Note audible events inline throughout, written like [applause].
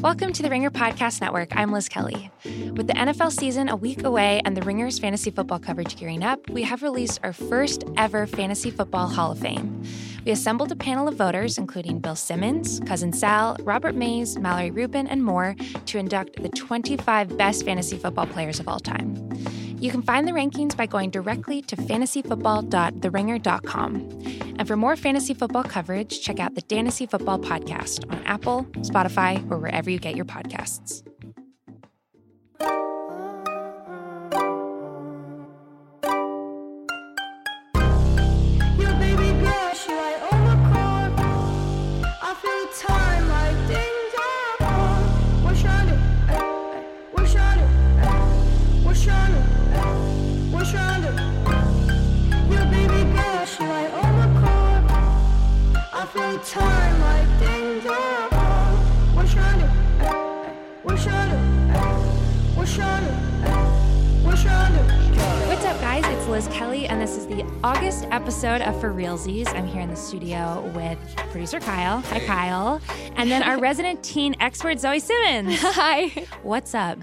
Welcome to the Ringer Podcast Network. I'm Liz Kelly. With the NFL season a week away and the Ringer's fantasy football coverage gearing up, we have released our first ever Fantasy Football Hall of Fame. We assembled a panel of voters, including Bill Simmons, Cousin Sal, Robert Mays, Mallory Rubin, and more, to induct the 25 best fantasy football players of all time. You can find the rankings by going directly to fantasyfootball.theringer.com. And for more fantasy football coverage, check out the Fantasy Football Podcast on Apple, Spotify, or wherever you get your podcasts. oh oh What's up, guys? It's Liz Kelly, and this is the August episode of For Realsies. I'm here in the studio with producer Kyle. Hi, Kyle. And then our resident teen expert, Zoe Simmons. Hi. What's up?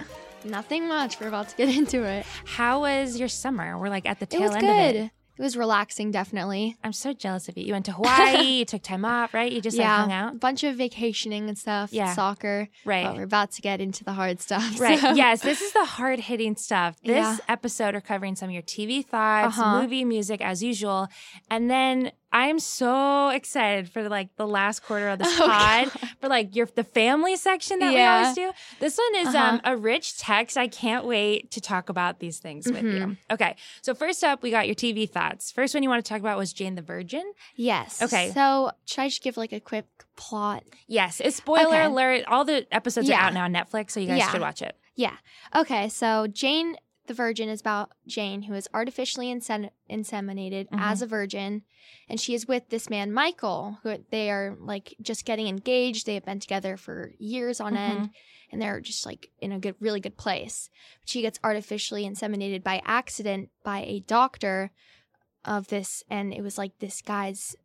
Nothing much. We're about to get [laughs] into it. How was your summer? We're like at the It tail was end of good. it. It. was relaxing, definitely. I'm so jealous of you. You went to Hawaii, [laughs] you took time off, right? You just like hung a out. bunch of vacationing and stuff. Yeah. soccer. Right. But we're about to get into the hard stuff. [laughs] Right. so- Yes, this is the hard hitting stuff. This Yeah. episode are covering some of your TV thoughts, Uh-huh. movie, music as usual. And then I am so excited for like the last quarter [laughs] of this Oh, pod for like your the family section that Yeah. we always do. This one is Uh-huh. um, a rich text. I can't wait to talk about these things with you. Mm-hmm. Okay. So first up, we got your TV thoughts. First one you want to talk about was Jane the Virgin. Yes. Okay. So should I just give like a quick plot? Yes, it's spoiler Okay. alert. All the episodes Yeah. are out now on Netflix, so you guys Yeah. should watch it. Yeah. Okay. So Jane the Virgin is about Jane, who is artificially insen- inseminated Mhm. as a virgin, and she is with this man Michael, who they are like just getting engaged. They have been together for years on Mhm. end, and they're just like in a good, really good place. But she gets artificially inseminated by accident by a doctor of this, and it was like this guy's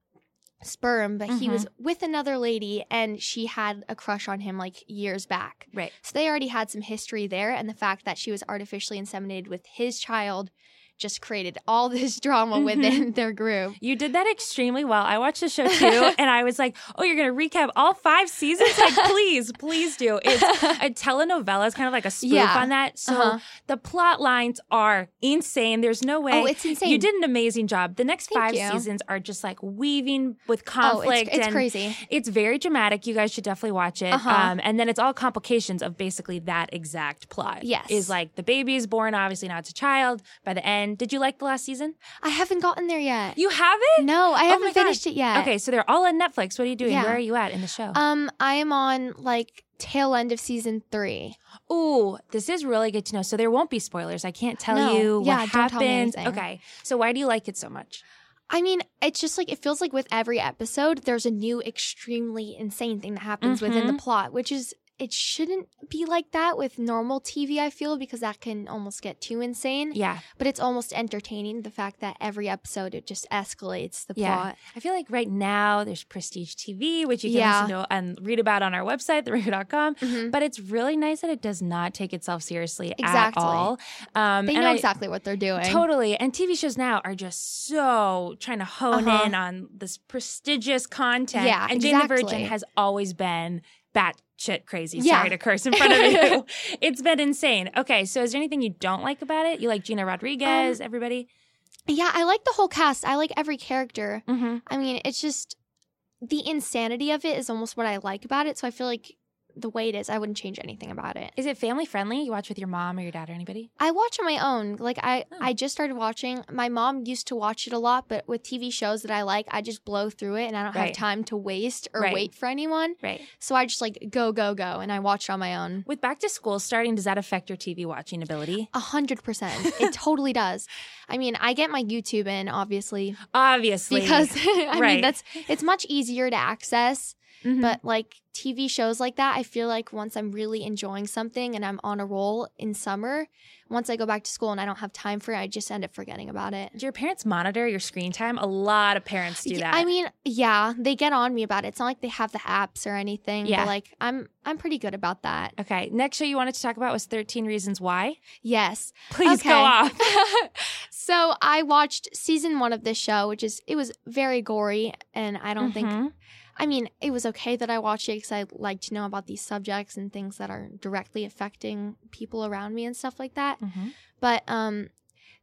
sperm, but he was with another lady, and she had a crush on him like years back. Right. So they already had some history there, and the fact that she was artificially inseminated with his child just created all [laughs] this drama Mhm. within [laughs] their group. You did that extremely well. I watched the show [laughs] too, and I was like, "Oh, you're gonna recap all five seasons? Like, please, please do." It's a telenovela. It's kind of like a spoof Yeah. on that. So Uh-huh. the plot lines are insane. There's no way. Oh, it's insane. You did an amazing job. The next Thank five you. seasons are just like weaving with Oh, conflict. it's, it's and crazy. It's very dramatic. You guys should definitely watch it. Uh-huh. Um, and then it's all complications of basically that exact plot. Yes. Is like the baby is born, obviously now it's a child. By the end, did you like the last season? I haven't gotten there yet. You haven't? no, I Oh my God. haven't finished it yet. Okay, so they're all on Netflix. What are you doing? Yeah. Where are you at in the show? Um, I am on like tail end of season three. Ooh, this is really good to know. So there won't be spoilers. I can't tell No. you Yeah, what don't tell me happens. anything. okay. So why do you like it so much? I mean, it's just like it feels like with every episode, there's a new extremely insane thing that happens within the plot, which is it shouldn't be like that with normal TV, I feel, because that can almost get too insane. Yeah. But it's almost entertaining the fact that every episode it just escalates the Yeah. plot. I feel like right now there's Prestige TV, which you can Yeah. listen to and read about on our website, theringer.com. Mhm. But it's really nice that it does not take itself seriously at Exactly. all. Um, They and know I- exactly what they're doing. Totally. And TV shows now are just so trying to hone Uh-huh. in on this prestigious content. Yeah, And Jane the exactly. Virgin has always been batshit crazy. Yeah. Sorry to curse in front of [laughs] you. it's been insane. Okay, so is there anything you don't like about it? You like Gina Um, Rodriguez, everybody? Yeah, I like the whole cast. I like every character. Mm-hmm. I mean, it's just the insanity of it is almost what I like about it. So I feel like the way it is, I wouldn't change anything about it. Is it family friendly? You watch with your mom or your dad or anybody? I watch on my own. Like I, Oh. I just started watching. My mom used to watch it a lot, but with TV shows that I like, I just blow through it, and I don't Right. have time to waste or Right. wait for anyone. Right. So I just like go, go, go, and I watch it on my own. With back to school starting, does that affect your TV watching ability? A hundred percent. [laughs] It totally does. I mean, I get my YouTube in obviously Obviously. because [laughs] I Right. mean that's it's much easier to access. Mhm. But like TV shows like that, I feel like once I'm really enjoying something and I'm on a roll in summer, once I go back to school and I don't have time for it, I just end up forgetting about it. do your parents monitor your screen time? A lot of parents do Yeah, that. I mean, yeah, they get on me about it. It's not like they have the apps or anything. Yeah. But like I'm I'm pretty good about that. okay. Next show you wanted to talk about was 13 Reasons Why. Yes. Please go Okay. [laughs] off. so I watched season one of this show, which is it was very gory and I don't think Mhm. I mean, it was okay that I watched it because I like to know about these subjects and things that are directly affecting people around me and stuff like that. Mhm. But um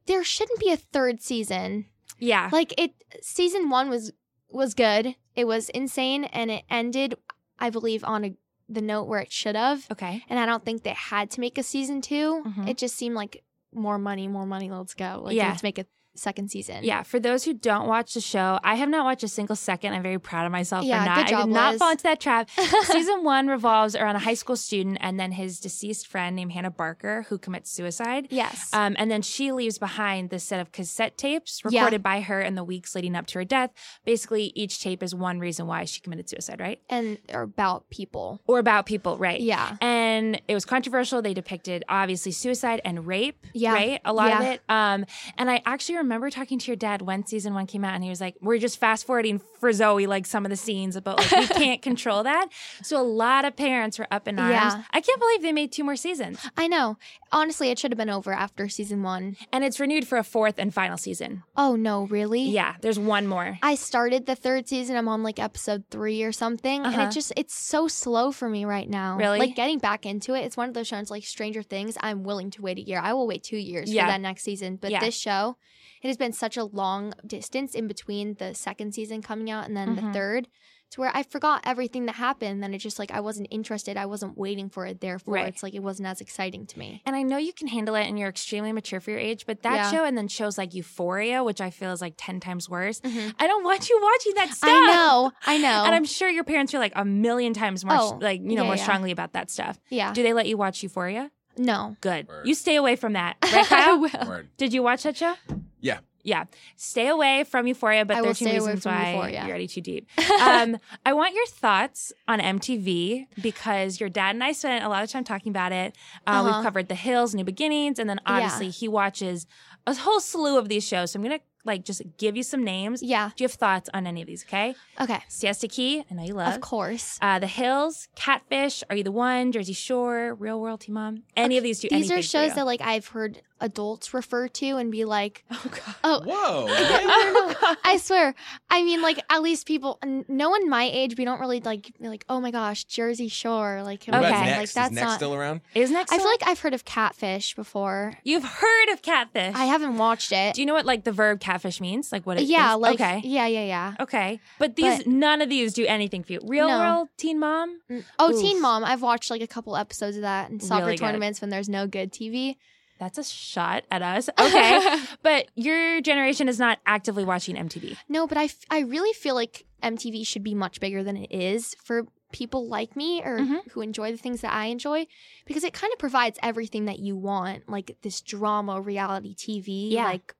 there shouldn't be a third season. Yeah. Like it season 1 was was good. It was insane and it ended I believe on a, the note where it should have. Okay. And I don't think they had to make a season 2. Mhm. It just seemed like more money, more money, let's go. Like Yeah. let's make a second season. [laughs] Yeah, for those who don't watch the show, I have not watched a single second. I'm very proud of myself Yeah, for not. good I job, did not Liz. fall into that [laughs] trap. Season one revolves around a high school student and then his deceased friend named Hannah Barker, who commits suicide. yes. Um, and then she leaves behind this set of cassette tapes Yeah. recorded by her in the weeks leading up to her death. Basically, each tape is one reason why she committed suicide, right? and or about people. Or about people, right? Yeah. And it was controversial. They depicted obviously suicide and rape, Yeah. right? A lot of Yeah. it. Um, and I actually remember talking to your dad when season one came out, and he was like, "We're just fast forwarding for Zoe like some of the scenes, but like, we can't [laughs] control that." So a lot of parents were up in arms. Yeah. I can't believe they made two more seasons, I know. Honestly, it should have been over after season 1. and it's renewed for a fourth and final season. Oh no, really? Yeah, there's one more. I started the third season. I'm on like episode three or something, and Uh-huh. it just it's so slow for me right now. Really? like getting back into it. It's one of those shows like Stranger Things. I'm willing to wait a year. I will wait two years Yeah. for that next season. But Yeah. this show, it has been such a long distance in between the second season coming out and then Mhm. the third, to where I forgot everything that happened. Then it just like I wasn't interested. I wasn't waiting for it. Therefore, Right. it's like it wasn't as exciting to me. And I know you can handle it and you're extremely mature for your age, but that Yeah. show and then shows like Euphoria, which I feel is like 10 times worse. Mhm. I don't want you watching that stuff. I know. I know. [laughs] And I'm sure your parents are like a million times more, Oh, like, you know, yeah, more yeah. strongly about that stuff. yeah. Do they let you watch Euphoria? No. Good. Word. You stay away from [laughs] that. Right, I Kyle? will. Word. Did you watch that show? Yeah. Yeah. Stay away from Euphoria, but I will 13 stay away Reasons from Why Euphoria. you're already too [laughs] deep. Um, I want your thoughts on MTV because your dad and I spent a lot of time talking about it. Uh, We've Uh-huh. covered The Hills, New Beginnings, and then Yeah. obviously he watches a whole slew of these shows. So I'm going to like just give you some names. Yeah. Do you have thoughts on any of these? Okay. Okay. Siesta Key, I know you love. Of course. Uh, the Hills, Catfish, Are You the One, Jersey Shore, Real World Team Mom. Any of these two? These are anything for shows you. that like I've heard adults refer to and be [laughs] like, Oh God. oh. [laughs] Whoa. Oh I don't know. [laughs] I swear. I mean, like at least people, n- no one my age, we don't really like be like, oh my gosh, Jersey Shore, like What about Okay. next? like Is that's next not. still around? Is next? [laughs] I feel one? like I've heard of catfish before. you've heard of Catfish. I haven't watched it. Do you know what like the verb catfish means? Like what it is? yeah, like okay, yeah, yeah, yeah. okay. But these none of these do anything for you. Real No. World Teen Mom. Mm. Oh, Uh, Teen Oof. Mom. I've watched like a couple episodes of that in soccer Really good. tournaments when there's no good TV. That's a shot at us. [laughs] Okay, but your generation is not actively watching MTV. No, but I, f- I really feel like MTV should be much bigger than it is for people like me or Mhm. who enjoy the things that I enjoy because it kind of provides everything that you want, like this drama, reality TV, Yeah. like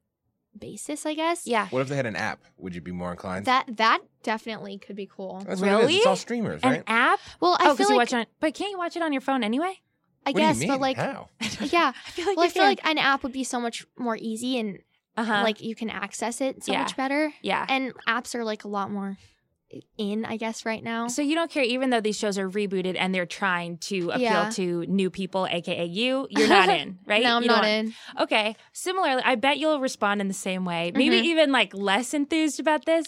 basis, I guess. Yeah, What if they had an app? Would you be more inclined? That that definitely could be cool. that's what it is. Really? It's all streamers, an right? app. Well, I oh, feel you like watch it on. But can't you watch it on your phone anyway? [laughs] I what guess, do you mean? but like how? [laughs] yeah. I feel like. Well, you I feel can. like an app would be so much more easy and uh-huh. like you can access it so Yeah. much better. yeah. And apps are like a lot more eh, in, I guess, right now. So you don't care, even though these shows are rebooted and they're trying to appeal Yeah. to new people, aka you. You're not [laughs] in, right? No, I'm You don't not want- in. Okay. Similarly, I bet you'll respond in the same way. Maybe Mhm. even like less enthused about this.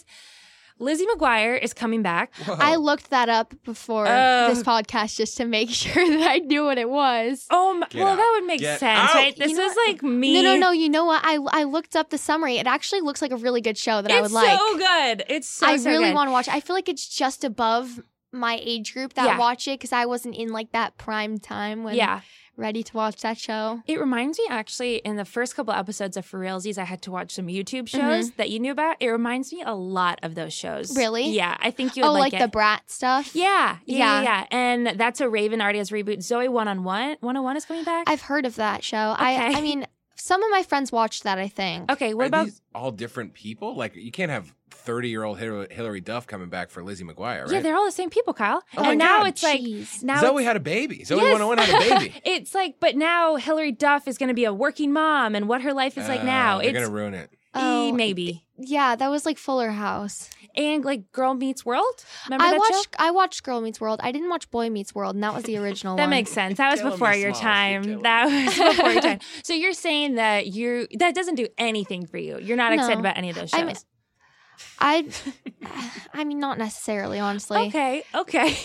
Lizzie McGuire is coming back. Whoa. I looked that up before Oh. this podcast just to make [laughs] sure that I knew what it was. Oh, m- Get well, out. that would make Get sense, out. right? This You know was what? like me. No, no, no. You know what? I I looked up the summary. It actually looks like a really good show that I would It's like. so good. It's so. I so really good. want to watch. I feel like it's just above my age group that Yeah. watch it because I wasn't in like that prime time when Yeah, ready to watch that show. it reminds me actually in the first couple episodes of For Realsies, I had to watch some YouTube shows that you knew about. It reminds me a lot of those shows. Mm-hmm. Really? Yeah, I think you would Oh, like, like, the it. brat stuff. yeah, yeah, yeah, Yeah. yeah. And that's a Raven already has reboot. Zoe one on one, one on one is coming back. I've heard of that show. Okay. I I mean, Some of my friends watched that, I think. Okay, what Are about these all different people? Like you can't have thirty-year-old Hillary Duff coming back for Lizzie McGuire, right? yeah? They're all the same people, Kyle. Oh my and now God. it's like E, Jeez. now Zoe it's- had a baby. Zoe Yes. 101 had a [laughs] baby. [laughs] it's like, but now Hillary Duff is going to be a working mom, and what her life is like Uh, now. they're It's gonna ruin it. eh, Oh, maybe yeah, that was like Fuller House. and like Girl Meets World. Remember I that watched show? I watched Girl Meets World. I dellen watch Boy Meets World, and that was the [laughs] original That one. makes sense. That was Killing me before your softly, time. killing [laughs] That was before your time. So you're saying that you that doesn't do anything for you. You're not excited No. about any of those shows. I'm- [laughs] I I mean not necessarily, honestly. okay, okay, [laughs]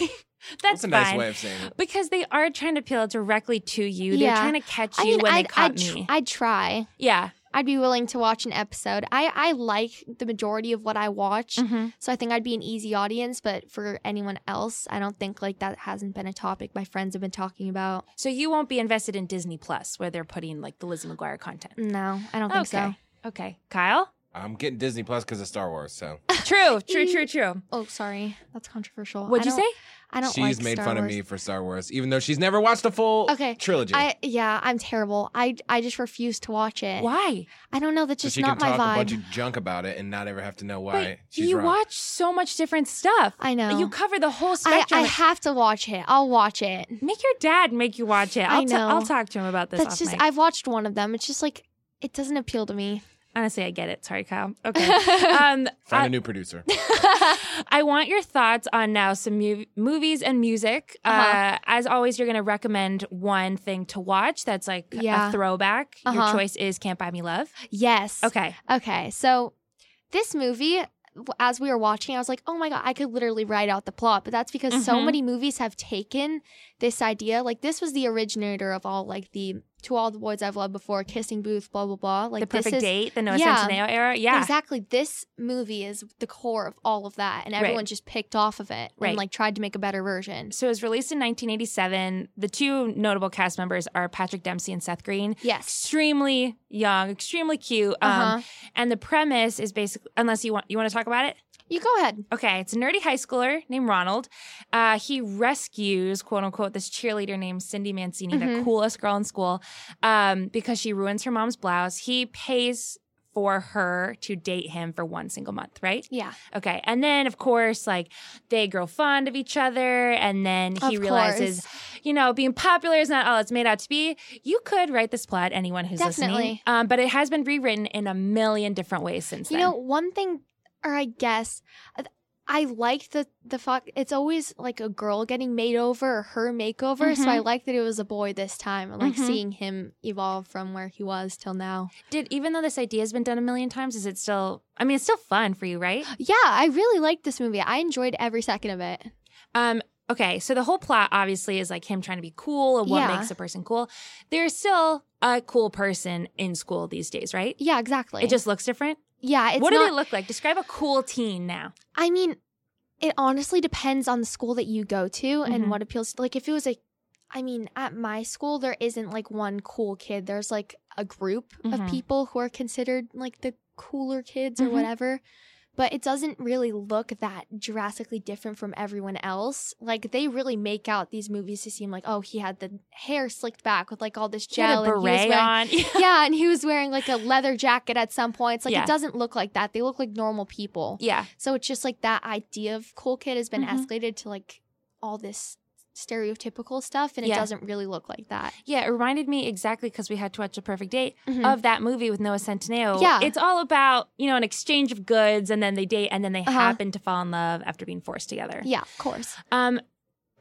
that's That's a nice fine. way of saying it. Because they are trying to appeal directly to you. They're Yeah. trying to catch you I mean, when I'd, they caught I'd, tr- me. I'd try. yeah. I'd be willing to watch an episode. I, I like the majority of what I watch, Mhm. so I think I'd be an easy audience. But for anyone else, I don't think like that hasn't been a topic my friends have been talking about. So you won't be invested in Disney Plus where they're putting like the Lizzie McGuire content. No, Mm, I don't think so. okay. Okay. Kyle? I'm getting Disney Plus because of Star Wars. [laughs] True, So true, true, true. Oh, sorry, that's controversial. What'd I you don't- say? I don't. she's like made Star fun Wars. of me for Star Wars, even though she's never watched a full Okay, trilogy. I yeah, I'm terrible. I I just refuse to watch it. Why? I don't know. That's so just she not can my talk a bunch vibe. of junk about it and not ever have to know why But she's you wrong. watch so much different stuff. I know. You cover the whole I, spectrum. I have to watch it. I'll watch it. Make your dad make you watch it. I I'll, t- know. I'll talk to him about this. That's off just mic. I've watched one of them. It's just like it doesn't appeal to me. honestly, I get it. Sorry, Kyle. [laughs] Okay. um, Find I- a new producer. [laughs] [laughs] I want your thoughts on now some mu- movies and music. uh Uh-huh. as always, you're going to recommend one thing to watch that's like a Yeah. throwback. Your Uh-huh. choice is Can't Buy Me Love. yes. Okay. Okay. So this movie w- as we were watching, I was like, "Oh my god, I could literally write out the plot." But that's because so Mm-hmm. Mhm. many movies have taken this idea. Like this was the originator of all like the to all the boys I've loved before, kissing booth, blah blah blah. Like the this Perfect is Date, the Noah yeah. Centineo era. Yeah. Exactly. This movie is the core of all of that, and Right. everyone just picked off of it Right. and like tried to make a better version. So it was released in 1987. The two notable cast members are Patrick Dempsey and Seth Green. Yes. Extremely young, extremely cute. Um, Uh huh. And the premise is basically, unless you want, you want to talk about it. You go ahead. Okay, it's a nerdy high schooler named Ronald. Uh, he rescues, quote unquote, this cheerleader named Cindy Mancini, the Mhm. coolest girl in school, um, because she ruins her mom's blouse. He pays for her to date him for one single month, right? Yeah. Okay. And then, of course, like they grow fond of each other. And then he Of realizes, course. you know, being popular is not all it's made out to be. You could write this plot, anyone who's listening. Definitely. Um, but it has been rewritten in a million different ways since You then. know, one thing, or I guess, I- I like the the fuck. It's always like a girl getting made over or her makeover. So Mm-hmm. I like that it was a boy this time. I like Mhm. seeing him evolve from where he was till now. Did even though this idea has been done a million times, is it still? I mean, it's still fun for you, [gasps] right? Yeah, I really liked this movie. I enjoyed every second of it. Um. Okay. So the whole plot obviously is like him trying to be cool and what Yeah. makes a person cool. There's still a cool person in school these days, right? Yeah, exactly. It just looks different. yeah. It's what do not, they look like? Describe a cool teen now. I mean, it honestly depends on the school that you go to Mhm. and what appeals to. Like, if it was a, I mean, at my school, there isn't like one cool kid. There's like a group Mhm. of people who are considered like the cooler kids Mhm. or whatever. But it doesn't really look that drastically different from everyone else. Like, they really make out these movies to seem like, oh, he had the hair slicked back with like all this She had gel a and he was beret wearing on. [laughs] [laughs] yeah, and he was wearing like a leather jacket at some points. Like Yeah. it doesn't look like that. They look like normal people. yeah. So it's just like that idea of cool kid has been Mhm. escalated to like all this stereotypical stuff, and Yeah. it doesn't really look like that. Yeah. It reminded me exactly because we had to watch a perfect date Mhm. of that movie with Noah Centineo. Yeah. It's all about you know an exchange of goods, and then they date, and then they Uh-huh. happen to fall in love after being forced together. yeah, of course. Um,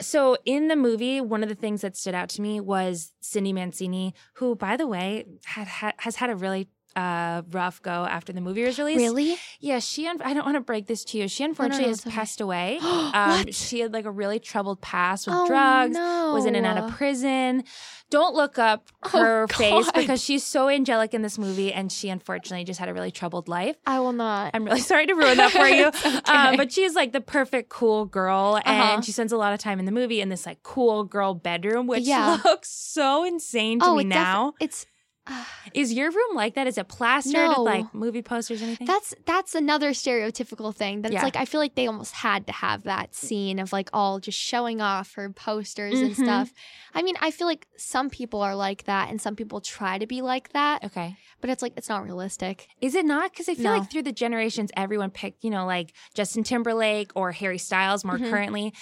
so in the movie, one of the things that stood out to me was Cindy Mancini, who, by the way, had, ha- has had a really uh, rough go after the movie was released. Really? Yeah, she. Un- I don't want to break this to you. She unfortunately no, has it's okay. passed away. Um, [gasps] what? she had like a really troubled past with oh, drugs. No. Was in and out of prison. Don't look up Oh, [laughs] her face God. because she's so angelic in this movie, and she unfortunately just had a really troubled life. I will not. I'm really [laughs] sorry to ruin that for [laughs] you. It's okay. um, but she's like the perfect cool girl, Uh-huh. and she spends a lot of time in the [laughs] movie in this like cool girl bedroom, which Yeah. looks so insane to me Oh, it def- now. it's. Is your room like that? Is it plastered with No. like movie posters or anything? That's that's another stereotypical thing. That's Yeah. like I feel like they almost had to have that scene of like all just showing off her posters Mhm. and stuff. I mean, I feel like some people are like that and some people try to be like that, okay. but it's like it's not realistic. Is it not? Because I feel No. like through the generations, everyone picked, you know, like Justin Timberlake or Harry Styles more Mhm. currently.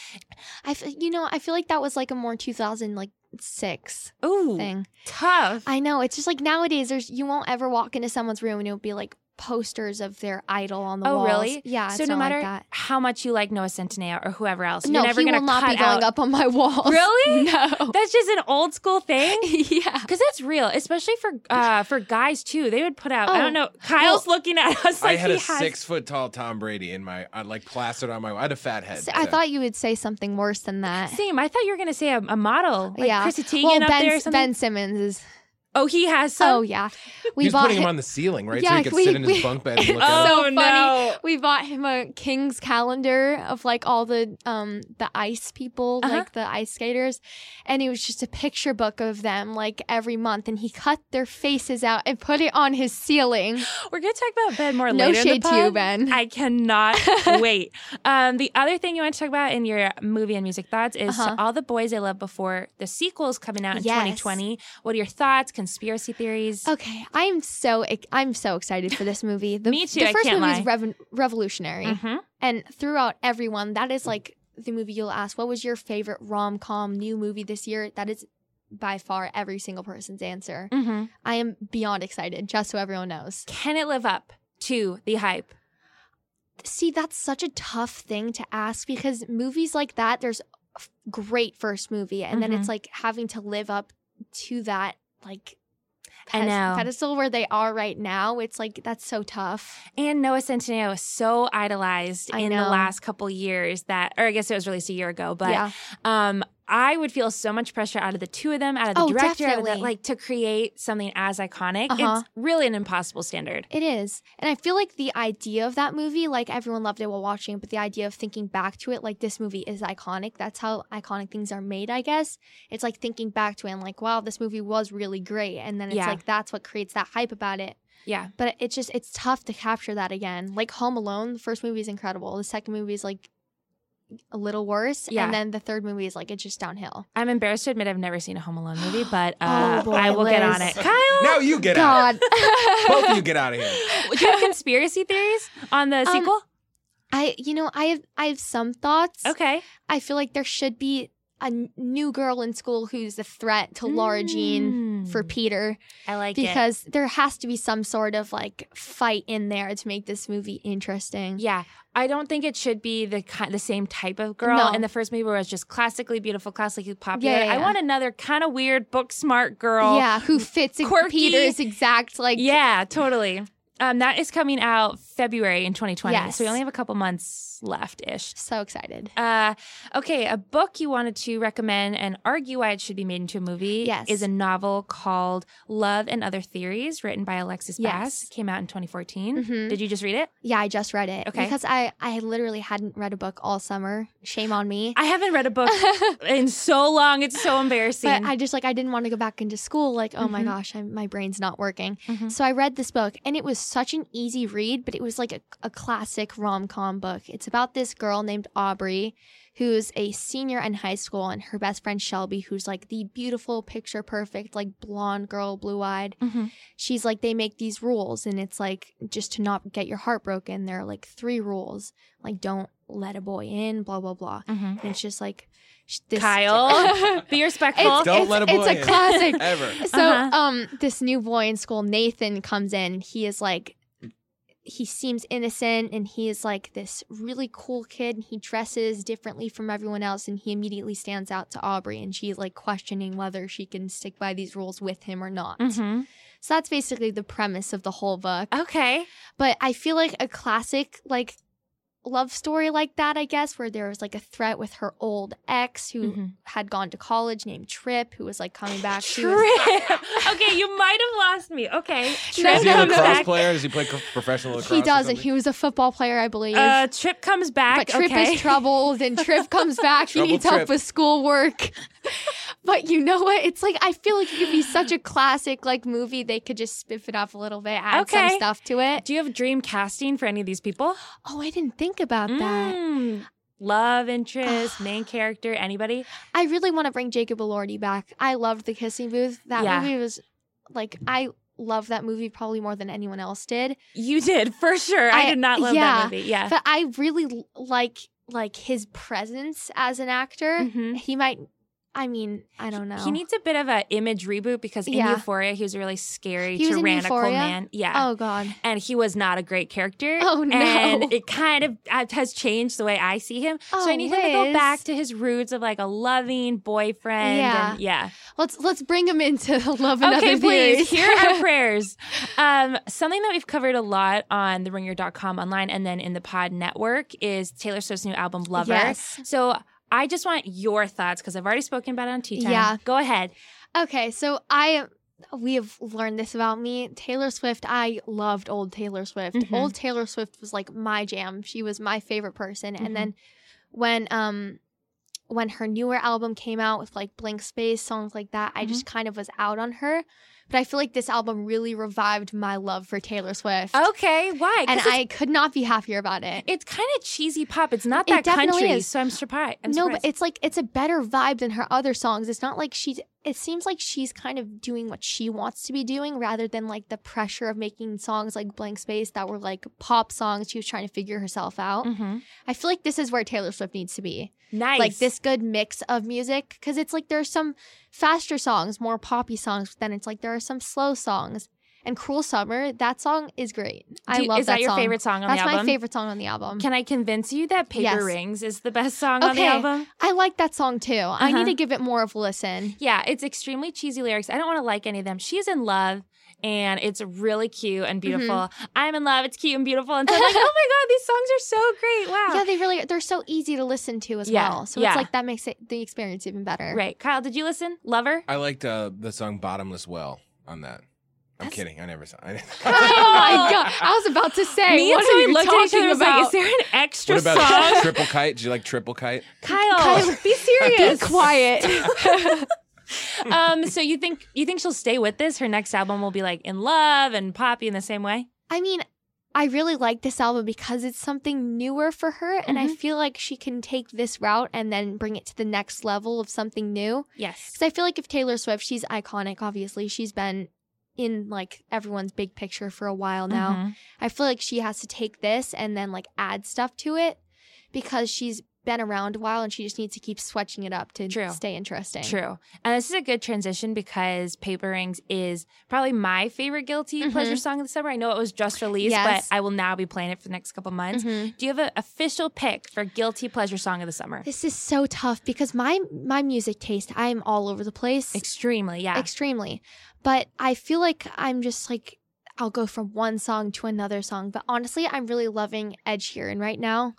I f- you know, I feel like that was like a more 2000 like 6 Ooh, thing. tough. I know, it's just like nowadays there's you won't ever walk into someone's room and it'll be like posters of their idol on the Oh, walls. really? Yeah, so it's no not matter like that. how much you like Noah Centineo or whoever else, No, you're never he gonna will not cut be going out. up on my [laughs] walls. Really? [laughs] No. That's just an old school [laughs] thing. yeah. Because that's real, especially for uh, for guys too. They would put out. I Oh, don't know. Kyle's looking at us like I had he a has. six foot tall Tom Brady in my, I like plastered on my, I had a fat head. So I so- thought you would say something worse than that. Same. I thought you were gonna say a, a model, like Yeah. Chrissy Teigen well, up there or ben, something. ben Simmons is. Oh, he has some. oh yeah, he we was bought [laughs] putting him. him on the ceiling, right? so Yeah, he could we- sit in his we- bunk bed and look Oh, at so it. funny. we bought him a King's calendar of like all the um the ice people, Uh-huh. like the ice skaters, and it was just a picture book of them like every month, and he cut their faces out and put it on [gasps] his ceiling. We're gonna talk about Ben more later. No in the shade to you, pod. Ben. I [laughs] cannot wait. Um, the other thing you want to talk about in your movie and music thoughts is Uh-huh. all the boys I love before the sequels coming out in Yes. 2020. What are your thoughts? Conspiracy theories? Okay, I'm so ex- I'm so excited for [laughs] this movie. The, Me too, The I first can't movie lie. is rev- revolutionary. Mhm. And throughout everyone, that is like the movie you'll ask, what was your favorite rom com new movie this year? That is by far every single person's answer. Mhm. I am beyond excited, just so everyone knows. Can it live up to the hype? See, that's such a tough thing to ask because movies like that, there's a f- great first movie, and then it's Mm-hmm. like having to live up to that, like, I pes- know. pedestal where they are right now. It's like, that's so tough. And Noah Centineo was so idolized I in the know. last couple years that, or I guess it was released a year ago, but yeah. um, I would feel so much pressure out of the two of them, out of the Oh, director, out of the- definitely. like to create something as iconic. Uh-huh. It's really an impossible standard. It is. And I feel like the idea of that movie, like everyone loved it while watching, it, but the idea of thinking back to it, like this movie is iconic. That's how iconic things are made, I guess. It's like thinking back to it and like, wow, this movie was really great. And then it's Yeah. like, that's what creates that hype about it. Yeah. But it's just, it's tough to capture that again. Like Home Alone, the first movie is incredible. The second movie is like a little worse. Yeah. And then the third movie is like, it's just downhill. I'm embarrassed to admit I've never seen a Home Alone movie, but Oh, uh, boy, I will get on it. Liz. Kyle, [laughs] [laughs] Now you get out. God. Both of you get out of here. do you have conspiracy theories on Um, the sequel? I, you know, I have, I have some thoughts. Okay. I feel like there should be a n- new girl in school who's a threat to Laura Jean for Mm. Peter I like it. because there has to be some sort of like fight in there to make this movie interesting. Yeah, I don't think it should be the ki- the same type of girl No. in the first movie where it was just classically beautiful, classically popular. Yeah, yeah, I yeah. want another kind of weird, book smart girl. Yeah, who fits in Quirky. Peter's exact like yeah, totally. Um, that is coming out February in 2020, Yes. so we only have a couple months left ish. so excited. Uh, okay, a book you wanted to recommend and argue why it should be made into a movie Yes. is a novel called Love and Other Theories, written by Alexis Bass. Yes. Came out in 2014. Mhm. Did you just read it? Yeah, I just read it Okay. because I I literally hadn't read a book all summer. Shame on me. I haven't read a [laughs] book in so long. It's so embarrassing. But I just like I didn't want to go back into school. Like, oh my Mhm. gosh, I'm, my brain's not working. Mhm. So I read this book, and it was such an easy read, but it was like a, a classic rom com book. It's about this girl named Aubrey, who's a senior in high school, and her best friend Shelby, who's like the beautiful, picture perfect, like blonde girl, blue eyed. Mhm. She's like they make these rules, and it's like just to not get your heart broken. There are like three rules, like don't let a boy in, blah blah blah. Mhm. And it's just like sh- mm-hmm. [laughs] this Kyle, be respectful. [laughs] It's, [laughs] Don't it's, let a boy it's in. a [laughs] classic. Ever. So, Uh-huh. um, this new boy in school, Nathan, comes in. He is like, he seems innocent, and he is like this really cool kid. And he dresses differently from everyone else, and he immediately stands out to Aubrey, and she's like questioning whether she can stick by these rules with him or not. Mhm. So that's basically the premise of the whole book. Okay. But I feel like a classic like love story like that, I guess, where there was like a threat with her old ex who Mhm. had gone to college named Trip, who was like coming back. She was- Trip. okay, you might have lost me. Okay. No, Is Trip he no, a comes no. lacrosse back. player? Does he play co- professional lacrosse? he or doesn't. something? He was a football player, I believe. Uh, Trip comes back. but Trip okay. [laughs] is troubled, and Trip comes back. he Trouble needs Trip. help with schoolwork. [laughs] But you know what? It's like I feel like it could be such a classic like movie. They could just spiff it up a little bit, add Okay. some stuff to it. Do you have dream casting for any of these people? Oh, I didn't think about that. Mm. Love interest, [sighs] main character, anybody? I really want to bring Jacob Elordi back. I loved the kissing booth. That Yeah. movie was like I love that movie probably more than anyone else did. You did for sure. I, I- did not love yeah. that movie. Yeah. But I really l- like like his presence as an actor. Mhm. He might I mean, I don't know. He needs a bit of an image reboot because in Yeah. Euphoria he was a really scary, He was in tyrannical Euphoria? man. Yeah, Oh god. and he was not a great character. Oh, no. And it kind of uh, has changed the way I see him. so I Oh, need him to go Liz. back to his roots of like a loving boyfriend. Yeah. and, yeah. Let's let's bring him into Love and Okay, Other please Theories. hear [laughs] our prayers. Um, something that we've covered a lot on theringer.com online and then in the Pod Network is Taylor Swift's new album Lover. Yes. So I just want your thoughts because I've already spoken about it on Tea Time. Yeah. Go ahead. Okay, so I we have learned this about me. Taylor Swift, I loved old Taylor Swift. Mhm. Old Taylor Swift was like my jam. She was my favorite person. Mhm. And then when um when her newer album came out with like Blank Space songs like that, I Mm-hmm. just kind of was out on her. But I feel like this album really revived my love for Taylor Swift. Okay. Why? 'Cause and it's I could not be happier about it. It's kind of cheesy pop. It's not It that definitely country, is. so I'm surprised. I'm no, surprised. but it's like it's a better vibe than her other songs. It's not like she's. It seems like she's kind of doing what she wants to be doing rather than like the pressure of making songs like Blank Space that were like pop songs. She was trying to figure herself out. Mhm. I feel like this is where Taylor Swift needs to be. nice. Like this good mix of music because it's like there's some faster songs, more poppy songs, but then it's like there are some slow songs. And Cruel Summer, that song is great. I Do- love Is that, your song. favorite song on That's the album? my favorite song on the album. Can I convince you that Paper Yes. Rings is the best song on the Okay. album? I like that song too. I Uh-huh. need to give it more of a listen. Yeah, it's extremely cheesy lyrics. I don't want to like any of them. She's in love. And it's really cute and Mm-hmm. beautiful. I'm in love. It's cute and beautiful. And so I'm like, oh my God, these songs are so great. Wow. [laughs] Yeah, they really they're so easy to listen to as Yeah, well. So yeah. it's like that makes it the experience even better. right. Kyle, did you listen? Lover? I liked uh, the song "Bottomless Well" on that. I'm That's- kidding. I never saw. I [laughs] Oh my god! I was about to say. [laughs] Me and what are Zoe you looked at each talking other and was like, is about? there an extra what about song? Triple Kite? Do you like Triple Kite? Kyle, Kyle, be serious. Be quiet. [laughs] um, so you think you think she'll stay with this? Her next album will be like in love and poppy in the same way. I mean, I really like this album because it's something newer for her, and Mm-hmm. I feel like she can take this route and then bring it to the next level of something new. Yes. Because I feel like if Taylor Swift, she's iconic. Obviously, she's been in like everyone's big picture for a while Mm-hmm. now. I feel like she has to take this and then like add stuff to it because she's been around a while and she just needs to keep switching it up to True. stay interesting. True. And this is a good transition because Paper Rings is probably my favorite guilty Mhm. pleasure song of the summer. I know it was just released, Yes. but I will now be playing it for the next couple months. Mhm. Do you have an official pick for guilty pleasure song of the summer? This is so tough because my my music taste, I'm all over the place. Extremely, yeah. Extremely. But I feel like I'm just like I'll go from one song to another song. But honestly, I'm really loving Ed Sheeran right now.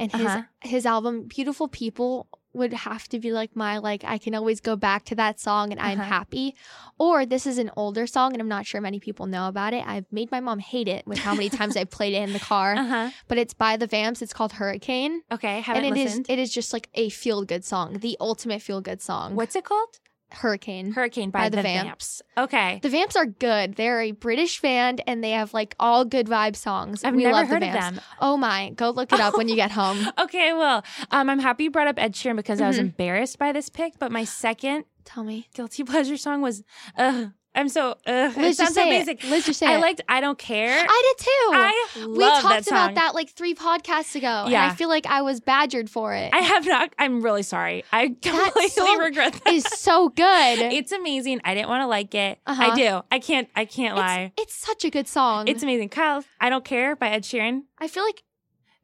And his Uh-huh. his album Beautiful People would have to be like my like I can always go back to that song and I'm Uh-huh. happy. Or this is an older song and I'm not sure many people know about it. I've made my mom hate it with how many times I've played it in the uh car. huh. But it's by the Vamps. It's called Hurricane. Okay, haven't And it is listened. it is just like a feel good song, the ultimate feel good song. What's it called? Hurricane? Hurricane by, By the Vamps. Okay. The Vamps are good. They're a British band and they have like all good vibe songs. I've we never love heard the of Vamps. them. Oh my, go look it up when you get home. [laughs] Okay, well, um, I'm happy you brought up Ed Sheeran because I was Mhm. embarrassed by this pick, but my second Tell me. guilty [laughs] pleasure song was Ugh. I'm so Ugh. It Let's sounds just so say it. basic. Let's just say I it. liked I don't care. I did too. I we love talked that song. about that like three podcasts ago, and Yeah. I feel like I was badgered for it. I have not. I'm really sorry. I completely [laughs] song regret that. It's so good. [laughs] It's amazing. I didn't want to like it. I Uh-huh. do. I can't. I can't It's- um, lie. It's, such a good song. It's amazing. Kyle, I don't care by Ed Sheeran. I feel like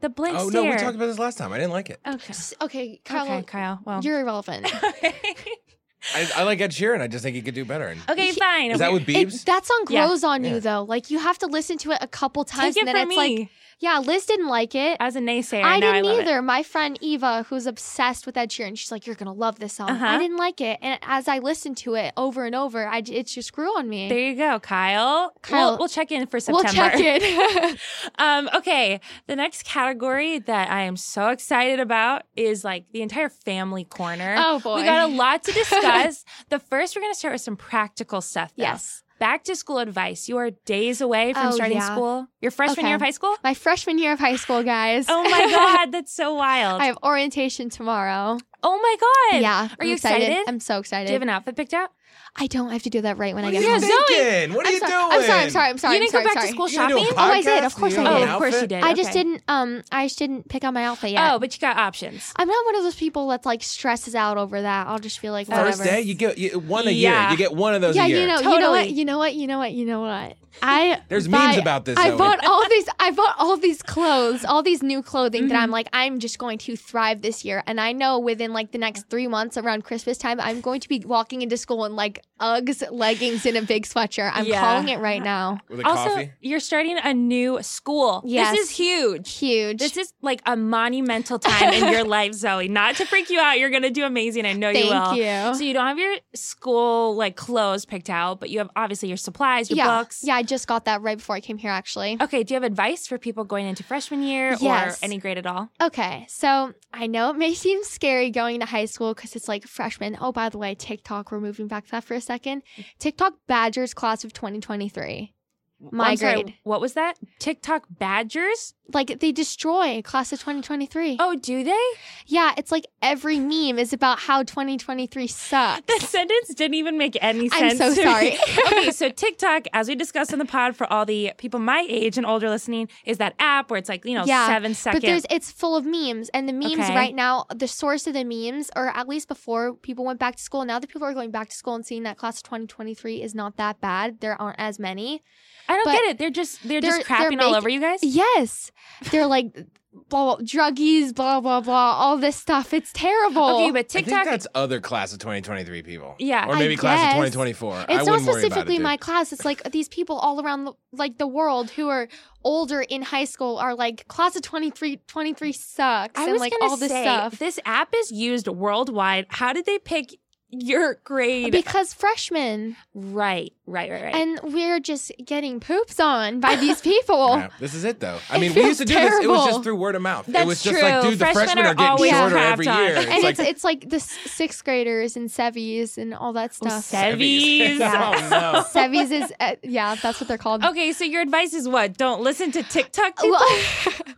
The blank Oh no, we stare. talked about this last time. I didn't like it. okay. okay, Kyle, okay, Kyle. Well. [laughs] you're irrelevant. [laughs] I, I like Ed Sheeran. I just think he could do better. And okay. He- Fine. is that with It- Biebs? that song Yeah. grows on Yeah. you though. Like you have to listen to it a couple times, Take it and then from it's me. like Yeah, Liz didn't like it. As a naysayer, I now didn't love it. either. My friend Eva, who's obsessed with Ed Sheeran, she's like, "You're gonna love this song." Uh-huh. I didn't like it, and as I listened to it over and over, I, it just grew on me. There you go, Kyle. Kyle- we'll, we'll check in for we'll September. check it. [laughs] [laughs] Um, okay, the next category that I am so excited about is like the entire family corner. oh boy, We got a lot to [laughs] discuss. the first, we're going to start with some practical stuff. Though. Yes, Back to school advice. You are days away from Oh, starting yeah. school. Your freshman Okay. year of high [laughs] school? my freshman year of high school, guys. Oh my God, that's so wild. [laughs] I have orientation tomorrow. oh my God. Yeah, Are I'm you excited? I'm so Do excited. you have an outfit picked out? I don't have to do that right when I What are get you home. Yeah, Zoe- thinking? What are I'm you sorry. doing? I'm sorry. I'm sorry. I'm sorry. you didn't I'm sorry, go back sorry. to school You gonna do a shopping? Oh, I did. podcast? Of course You I gonna Oh, do did. an of course you outfit? did. I just Okay. didn't. Um, I just didn't pick out my outfit yet. Oh, but you got options. I'm not one of those people that's like stresses out over that. I'll just feel like whatever. First day, you get you, one a Yeah. year. You get one of those yeah, a year. you know, you know Totally. what, you know what, you know what, you know what. I There's buy- memes about this, I Zoe. bought all these. I bought all these clothes, all these new clothing that Mhm. I'm like, I'm just going to thrive this year. And I know within like the next three months, around Christmas time, I'm going to be walking into school in like Uggs, leggings, and a big sweatshirt. I'm Yeah. calling it right now. With a also, coffee. you're starting a new school. Yes. This is huge. Huge. This is like a [laughs] monumental time in your life, Zoe. Not to freak you out, you're gonna do amazing. I know you will. Thank you. So you don't have your school like clothes picked out, but you have obviously your supplies, your yeah, books. yeah. I just got that right before I came here, actually. Okay, do you have advice for people going into freshman year Yes. or any grade at all? Okay, so I know it may [laughs] seem scary going to high school because it's like freshmen. Oh, by the way, TikTok, we're moving back to that for a second. Mm. TikTok Badgers class of 2023. My I'm sorry, grade. what was that? TikTok Badgers? Like they destroy class of 2023. Oh, do they? Yeah, it's like every meme is about how 2023 sucks. That [laughs] sentence didn't even make any I'm sense. so to me. [laughs] sorry. okay, so TikTok, as we discussed on the pod for all the people my age and older listening, is that app where it's like, you know, Yeah, seven seconds. But there's it's full of memes, and the memes Okay. right now, the source of the memes, or at least before people went back to school. Now that people are going back to school and seeing that class of 2023 is not that bad, there aren't as many. I don't but get it. They're just they're, just they're- they're crapping all making- over you guys. Yes. They're like blah, blah, druggies, blah blah blah, all this stuff. It's terrible. Okay, but I TikTok think that's other class of 2023 people. Yeah. Or I maybe class guess. of 2024. I it's not wouldn't worry about specifically it, my dude. class. It's like these people all around the, like the world who are older in high school are like class of 23 23 sucks I and was like gonna all this say, stuff. This app is used worldwide. How did they pick your grade? Because freshmen right, right, right, right. and we're just getting poops on by these people. Yeah, this is it though. I It mean, we feels used to do this. It was terrible. just through word of mouth. That's it was just like, true. dude, the Freshmen freshmen are are getting always shorter crapped every on. year. And and like, it's it's like the s- sixth graders and sevies and all that Oh, stuff. Sevies. Yeah. [laughs] oh [laughs] no. sevies is uh, yeah, that's what they're called. Okay, so your advice is what? Don't listen to TikTok people. Well, [laughs]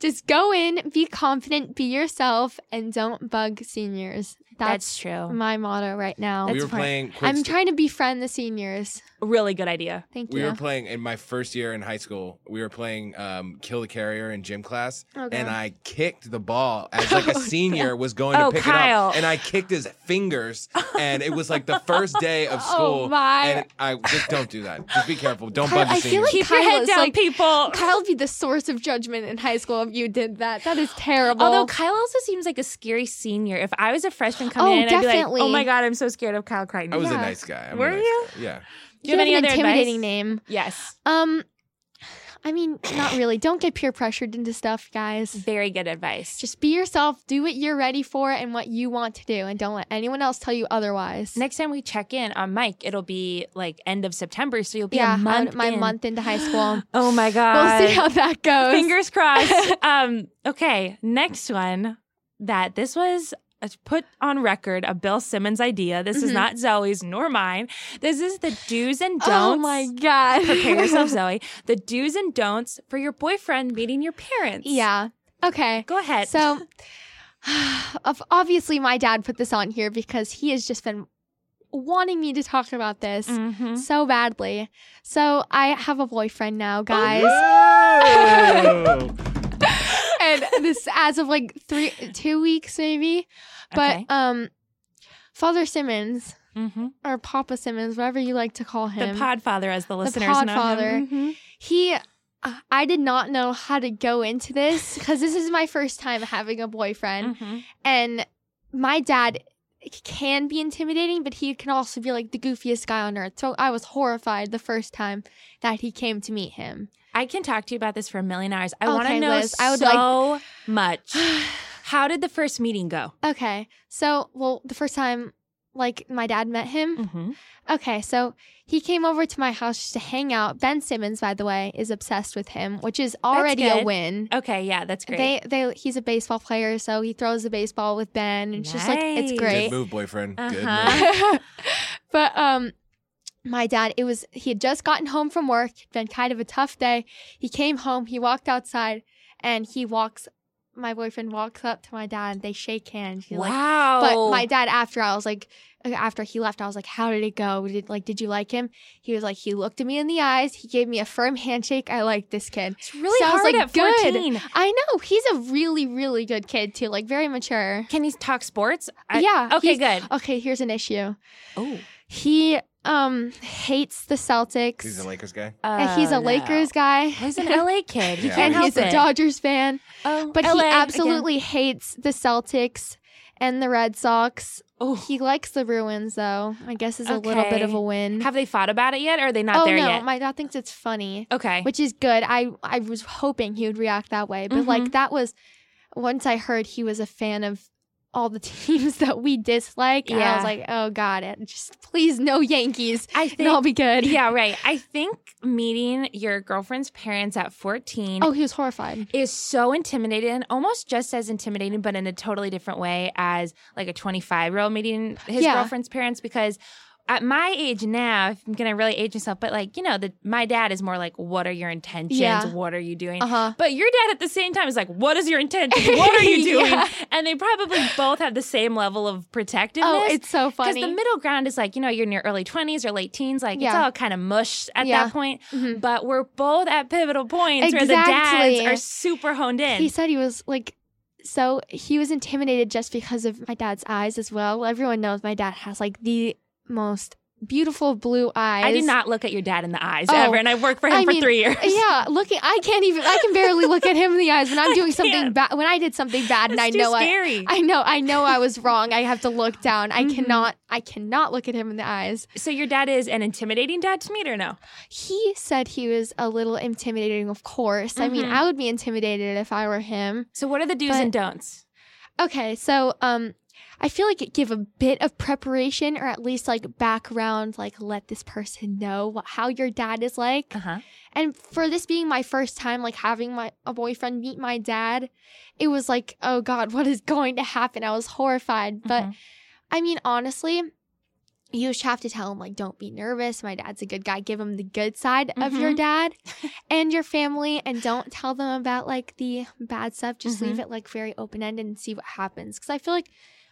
just go in, be confident, be yourself, and don't bug seniors. That's, true. my motto right now. we were fine. playing. Quick I'm Sta- trying to befriend the seniors. Really good idea. Thank We you. were playing in my first year in high school. We were playing um, Kill the Carrier in gym class, Okay. and I kicked the ball as [laughs] like a senior was going Oh, to pick Kyle. it up, and I kicked his fingers, and it was like the first day of [laughs] Oh, school. my. And I just don't do that. Just be careful. Don't Kyle, bug the I feel seniors. like Keep Kyle your head is down, like- people. Kyle would be the source of judgment in high school if you did that. That is terrible. Although Kyle also seems like a scary senior. If I was a freshman coming Oh, in, I'd be definitely. like, "Oh my god, I'm so scared of Kyle Crichton." I was yeah. a nice guy. I'm a Were nice you? guy. Yeah. Do you have any an other intimidating advice? name? Yes, Um, I mean, not really. Don't get peer pressured into stuff, guys. very good advice. Just be yourself. Do what you're ready for and what you want to do, and don't let anyone else tell you otherwise. Next time we check in on Mike, it'll be like end of September, so you'll be a yeah, I'm- month my in. month [gasps] into high school. [gasps] Oh my god. [laughs] we'll see how that goes. Fingers crossed. um, okay, next one. That this was a- put on record a Bill Simmons idea. This is Mhm. not Zoe's nor mine. This is the do's and don'ts. [laughs] Oh my god. Prepare [laughs] yourself, Zoe. The do's and don'ts for your boyfriend meeting your parents. yeah. Okay. Go ahead. So [sighs] of- obviously my dad put this on here because he has just been wanting me to talk about this Mhm. so badly. So I have a boyfriend Oh, now, guys. Whoa. [laughs] and this as of like 3 2 weeks maybe. But Okay. um Father Simmons Mhm. or Papa Simmons, whatever you like to call him. The Podfather, as the listeners know. Podfather. him. Mhm. he uh, i did not know how to go into this because this is my first time having a boyfriend Mhm. and my dad can be intimidating but he can also be like the goofiest guy on earth so i was horrified the first time that he came to meet him I can talk to you about this for a million hours. I Okay, want to know Liz, I would so much. [sighs] How did the first meeting go? okay. So, well, the first time like my dad met him. Mm-hmm. Okay, so he came over to my house just to hang out. Ben Simmons, by the way, is obsessed with him, which is already a good. win. Okay, yeah, that's great. They they he's a baseball player, so he throws the baseball with Ben and it's just like Nice. it's Good great. move, boyfriend. Good Uh-huh. move. [laughs] but um my dad it was he had just gotten home from work it'd been kind of a tough day he came home he walked outside and he walks my boyfriend walks up to my dad and they shake hands He, like- wow. but my dad after i was like uh, after he left i was like how did it go did like did you like him he was like he looked at me in the eyes he gave me a firm handshake i like this kid it's really sounds hard like at good. 14. i know he's a really really good kid too like very mature Can he talk sports? I- yeah Okay, he's- good. okay here's an issue Oh, he um hates the Celtics. He's a [laughs] Lakers guy. and he's a Uh, no. Lakers guy. [laughs] He's an LA kid. You Yeah, can't and we help he's a it. Dodgers fan. Oh, But LA he again. absolutely hates the Celtics and the Red Sox. Oh. He likes the Bruins though. I guess is a little bit of Okay. a win. Have they thought about it yet? Or are they not oh there no, yet? my dad thinks it's funny. okay. Which is good. I I was hoping he would react that way. But Mm-hmm. like that was once I heard he was a fan of all the [laughs] teams that we dislike, and I Yeah. was like, oh god, it just please no Yankees. I And I'll be good. yeah, right. I think meeting your girlfriend's parents at 14 Oh, he was horrified. is so intimidating and almost just as intimidating, but in a totally different way as like a 25 year old meeting his Yeah. girlfriend's parents because. At my age now, if I'm gonna really age myself, but like you know, the, my dad is more like, "What are your intentions? Yeah. What are you doing?" Uh huh. But your dad at the same time is like, "What is your intention? [laughs] What are you doing?" Yeah. And they probably both have the same level of protectiveness. Oh, it's so because funny. the middle ground is like you know you're in your early 20s or late teens like it's Yeah. all kind of mush at Yeah. that point Mhm. but we're both at pivotal points where the dads Exactly. are super honed in he said he was like, so he was intimidated just because of my dad's eyes as well. Well, everyone knows my dad has like the most beautiful blue eyes. i did not look at your dad in the eyes Oh, ever and i worked for him I for mean, three years [laughs] Yeah, looking, I can't even. I can barely look at him in the eyes when I'm doing something can't. bad. When I did something bad, and It's I too know I, scary. I know, I know I was wrong. I have to look down. I Mhm. cannot, I cannot look at him in the eyes. so your dad is an intimidating dad to meet or no He said he was a little intimidating. Of course, I mean, Mhm. I would be intimidated if I were him. so what are the do's But- and don'ts Okay, so um I feel like it give a bit of preparation or at least like background like let this person know what, how your dad is like. uh-huh And for this being my first time like having my a boyfriend meet my dad, it was like, "Oh god, [laughs] what is going to happen?" I was horrified, but Mhm. I mean, honestly, you just have to tell him, like, don't be nervous. My dad's a good guy. Give him the good side of your Mhm. dad and your family. And don't tell them about like the bad stuff. Just leave it like very open ended and see what happens. Cause I feel like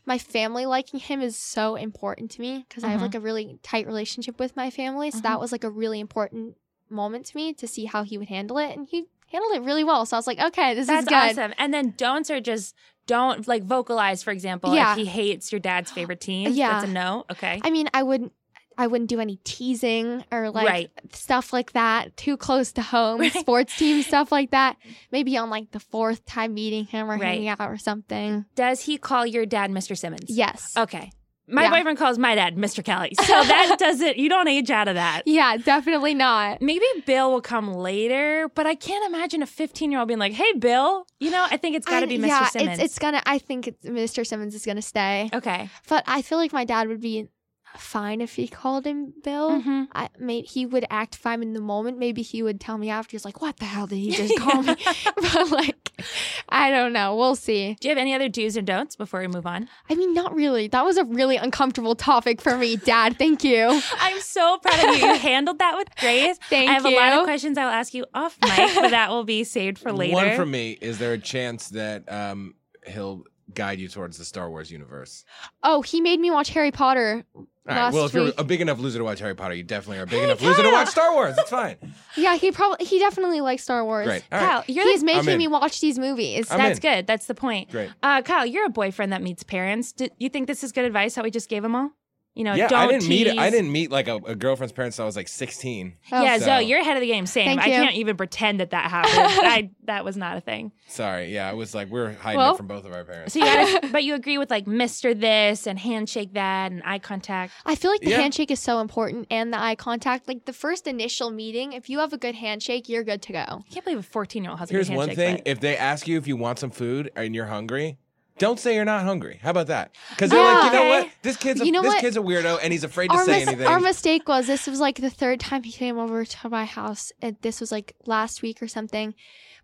my family liking him is so important to me because I have Mhm. like a really tight relationship with my family. So that was like a really important moment to me to see how he would handle it. And he handled it really well. So I was like, okay, this that's is good. awesome and then don'ts are just don't like vocalize for example Yeah. if he hates your dad's favorite team Yeah. that's a no okay I mean, I wouldn't. I wouldn't do any teasing or like Right. stuff like that. Too close to [laughs] home, Right. sports team stuff like that. Maybe on like the fourth time meeting him or Right. hanging out or something. does he call your dad mr simmons Yes. Okay. My Yeah. boyfriend calls my dad Mr. Kelly. So [laughs] that doesn't, you don't age out of that. Yeah, definitely not. Maybe Bill will come later, but I can't imagine a 15 year old being like, hey, Bill, you know, I think it's got to I- be Mr. Yeah, Simmons. it's it's gonna. I think it's, Mr. Simmons is gonna stay. okay. But I feel like my dad would be fine if he called him Bill. hmm I made he would act fine in the moment. Maybe he would tell me after. He's like, "What the hell did he just call me?" [laughs] but like, I don't know. We'll see. Do you have any other do's or don'ts before we move [laughs] on? I mean, not really. That was a really uncomfortable topic for me, Dad. Thank you. I'm so proud of [laughs] you. You handled that with grace. Thank I have you. a lot of questions I will ask you off mic, but that will be saved for later. One from me. Is there a chance that um, he'll guide you towards the Star Wars universe? Oh, he made me watch Harry Potter. All right. Last well, if you're week- a big enough loser to watch Harry Potter, you definitely are a big enough loser to watch Star Wars. It's fine. Yeah, he probably he definitely likes Star Wars. Great. All Kyle, right. you're He's the, I'm in. making me watch these movies. I'm that's in. good. That's the point. Great. Uh, Kyle, you're a boyfriend that meets parents. Do you think this is good advice that we just gave them all? You know, yeah, don't I didn't tease. meet. I didn't meet like a, a girlfriend's parents. Till I was like 16. Oh. yeah, So- Zoe, you're ahead of the game. Same. Thank I you. can't even pretend that [laughs] that happened. I, that was not a thing. Sorry, yeah, I was like we were hiding Well- it from both of our parents. So you [laughs] gotta, but you agree with like Mr. This and handshake that and eye contact. I feel like the Yeah. handshake is so important and the eye contact. Like the first initial meeting, if you have a good handshake, you're good to go. I can't believe a 14 year old has a Here's good one handshake, thing: but- if they ask you if you want some food and you're hungry, don't say you're not hungry. How about that? Because they're like, you know Ah, Okay. what? This kid's a, You know this what? kid's a weirdo and he's afraid to Our, say mis- anything. our mistake was this was like the third time he came over to my house. And this was like last week or something.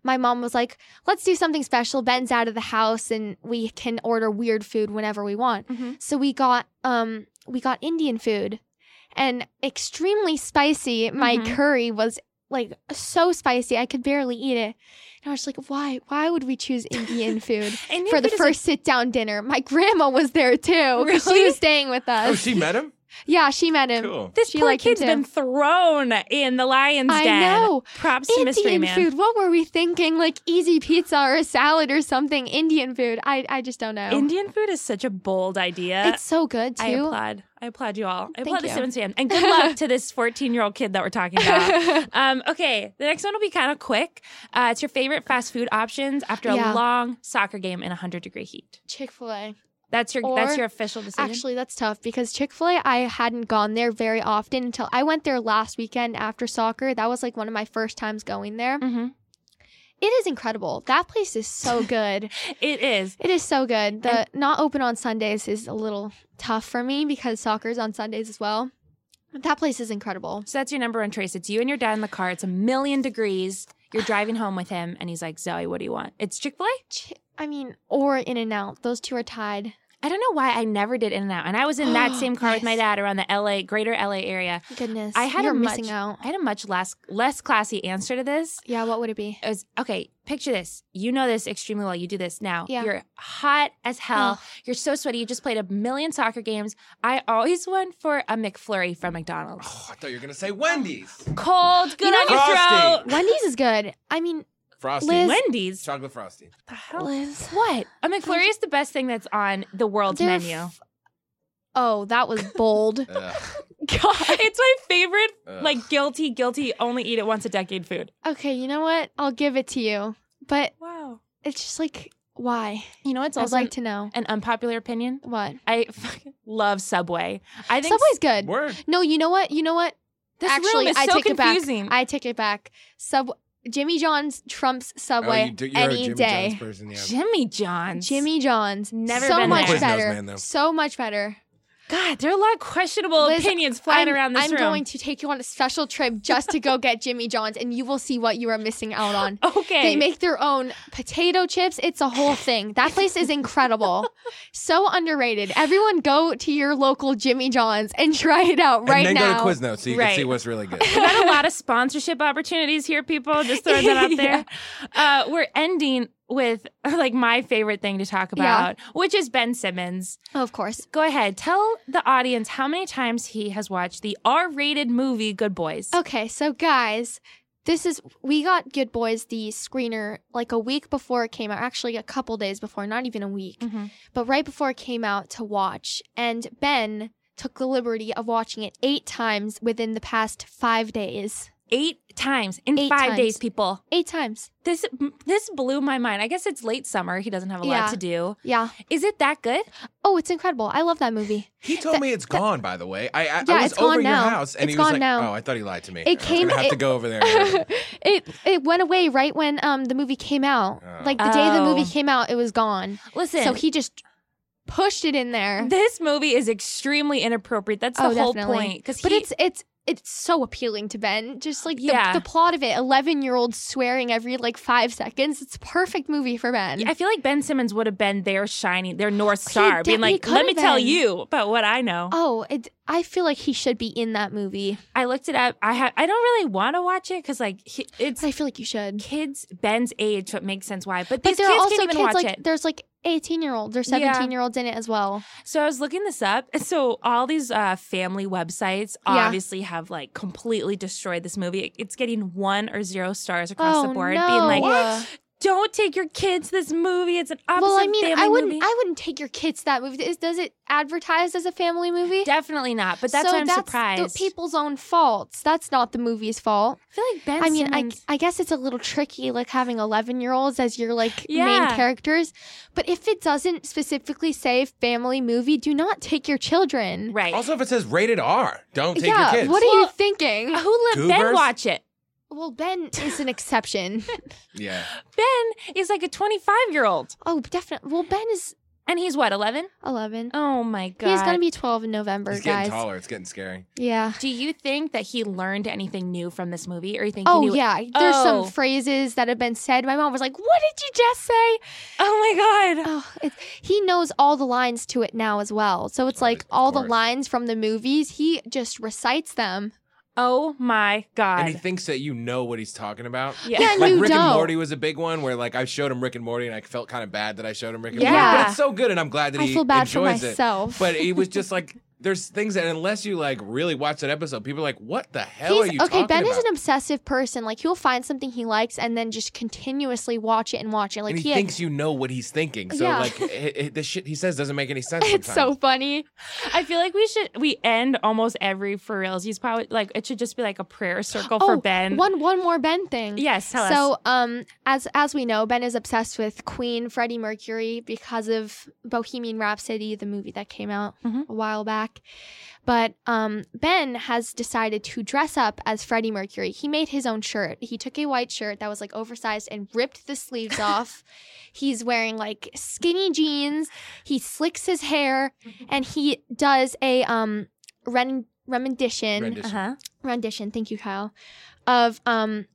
My mom was like, let's do something special. Ben's out of the house and we can order weird food whenever we want. Mhm. So we got um we got Indian food and extremely spicy. My Mhm. curry was like so spicy I could barely eat it. And I was like, why why would we choose [laughs] Indian food Indian for the food is, like- first sit down dinner? My grandma was there too. 'cause She Really? was staying with us. oh, she met him. yeah, she met him. Cool. this She poor liked him kid's too. been thrown in the lion's I den. know. Props to Mystery Indian Man. food. What were we thinking? Like easy pizza or a salad or something. Indian food. I, I just don't know. Indian food is such a bold idea. it's so good I too. applaud. I applaud you all. I Thank applaud the you. Simmons fan. And good luck to this 14 year old kid that we're talking about. [laughs] Um, okay, the next one will be kind of quick. Uh, it's your favorite fast food options after Yeah. a long soccer game in 100 degree heat. Chick fil A. That's your that's Or- your official decision. Actually, that's tough because Chick fil A, I hadn't gone there very often until I went there last weekend after soccer. That was like one of my first times going there. Mhm. It is incredible. That place [laughs] is so good. it is. it is so good. The not open on Sundays is a little tough for me because soccer's on Sundays as well. But that place is incredible. So that's your number one choice. It's you and your dad in the car. It's a million degrees. You're driving home with him, and he's like, "Zoe, what do you want?" It's Chick Fil A. Chi- I mean, or In and Out. Those two are tied. I don't know why I never did In and Out, and I was in that same car with my Nice. dad around the L.A. Greater L.A. area. Goodness, I had a you're much- missing out. I had a much less less classy answer to this. Yeah, what would it be? It was okay. Picture this. You know this extremely well. You do this now. Yeah. You're hot as hell. Oh. You're so sweaty. You just played a million soccer games. I always went for a McFlurry from McDonald's. Oh, I thought you were gonna say Wendy's, Cold, good You know- on your Oh, Frosty. throat. Wendy's is good. I mean, Frosty, Liz- Wendy's. What chocolate Frosty. the hell? Liz. What? A McFlurry is the best thing that's on the world's They're menu. [laughs] f- Oh, that was bold. Ugh, God. it's my favorite, ugh. like guilty, guilty, only eat it once a decade food. Okay, you know what? I'll give it to you. But Wow. it's just like, why? You know what's I'd also like to know. an unpopular opinion? What? I fucking love Subway. I think Subway's good. word. No, you know what? You know what? This Actually, room is I so take it back. confusing. I take it back. Sub Jimmy John's trumps oh, Subway you do, you're a any Jimmy day. John's person, yeah. Jimmy John's. Jimmy John's. Never so been much there. Quiznos better. man, though. so much better. God, there are a lot of questionable Liz, opinions flying I'm, around this I'm room. going to take you on a special trip just to go get Jimmy John's, and you will see what you are missing out on. [laughs] okay. They make their own potato chips. It's a whole thing. That place [laughs] is incredible. so underrated. Everyone go to your local Jimmy John's and try it out right and then now. go to Quiznos so you Right. can see what's [laughs] really good. we got a lot of sponsorship opportunities here, people. Just throwing that [laughs] out there. uh, we're ending with like my favorite thing to talk Yeah. about, which is Ben Simmons. of course. Go ahead, tell the audience how many times he has watched the R-rated movie Good Boys. Okay, so guys, this is we got Good Boys the screener like a week before it came out. Actually, a couple days before, not even a week. Mhm. but right before it came out to watch. And Ben took the liberty of watching it eight times within the past five days. Eight times in Eight five times. days, people. Eight times. This this blew my mind. I guess it's late summer. He doesn't have a lot Yeah. to do. Yeah. Is it that good? Oh, it's incredible. I love [laughs] that movie. He told me it's gone, by the way. I, I, Yeah, I was it's over gone your now. house, and It's he was gone like, now. "Oh, I thought he lied to me. It I was came- gonna have to it- go [laughs] over there." it it went away right when um the movie came out. Oh. Like the day the Oh. movie came out, it was gone. Listen, So he just pushed it in there. This movie is extremely inappropriate. That's the Oh, whole definitely. point. Because But it's it's it's so appealing to Ben. Just like the, Yeah. the plot of it, eleven year old swearing every like five seconds. It's a perfect movie for Ben. I feel like Ben Simmons would have been their shining, their north star, de- being he like, could "Let me have tell been." you about what I know." Oh, it, I feel like he should be in that movie. I looked it up. I ha- I don't really want to watch it because like he- it's I feel like you should. kids Ben's age, so it makes sense why. But, But these there kids are also can't even kids watch like it. there's like 18 year olds or Yeah. 17 year olds in it as well. So I was looking this up. And so all these uh, family websites Yeah. obviously have like completely destroyed this movie. It's getting one or zero stars across oh the board, no! being like, don't take your kids to this movie. It's an opposite well, I mean, family I wouldn't. movie. I wouldn't take your kids to that movie. Is, does it advertise as a family movie? Definitely not. But that's so why I'm that's surprised. The people's own faults. That's not the movie's fault. I feel like Ben I mean, I, Simmons- I guess it's a little tricky, like having eleven year olds as your like Yeah. main characters. But if it doesn't specifically say family movie, do not take your children. right. Also, if it says rated R, don't take yeah, your kids. what are you Well- thinking? Uh, Who let Ben Goobers? watch it? Well, Ben is an exception. yeah. Ben is like a 25 year old, oh, definitely. Well, Ben is and he's what 11? eleven. Oh my god. He's gonna be twelve in November, He's guys. getting taller. It's getting scary. Yeah. Do you think that he learned anything new from this movie, or you think? he Oh knew yeah, there's Oh. some phrases that have been said. My mom was like, "What did you just say?" [laughs] Oh my god. Oh, it's, he knows all the lines to it now as well. So it's Oh, like of all the course. lines from the movies, he just recites them. Oh my god. And he thinks that you know what he's talking about. yeah. Yeah, Like You Rick and don't. Morty was a big one where like I showed him Rick and Morty and I felt kind of bad that I showed him Rick and Morty. Yeah. But it's so good and I'm glad that I he feel bad for enjoys it. myself. But he was [laughs] just like there's things that unless you like really watch that episode, people are like, What the hell He's are you okay. talking Ben about? is an obsessive person. Like he'll find something he likes and then just continuously watch it and watch it. Like and he, had- thinks you know what he's thinking. So Yeah. like it, it, the shit he says [laughs] doesn't make any sense. [laughs] it's so sometimes. funny. I feel like we should we end almost every for reals. He's probably like it should just be like a prayer circle for Oh, Ben. One one more Ben thing. yes, tell us. so, um, as as we know, Ben is obsessed with Queen Freddie Mercury because of Bohemian Rhapsody, the movie that came out Mhm. a while back. But um, Ben has decided to dress up as Freddie Mercury. He made his own shirt. He took a white shirt that was like oversized and ripped [laughs] the sleeves off. He's wearing like skinny jeans. He slicks his hair, Mm-hmm. and he does a um ren- rendition Rendition. uh-huh. rendition. Thank you, Kyle. Of um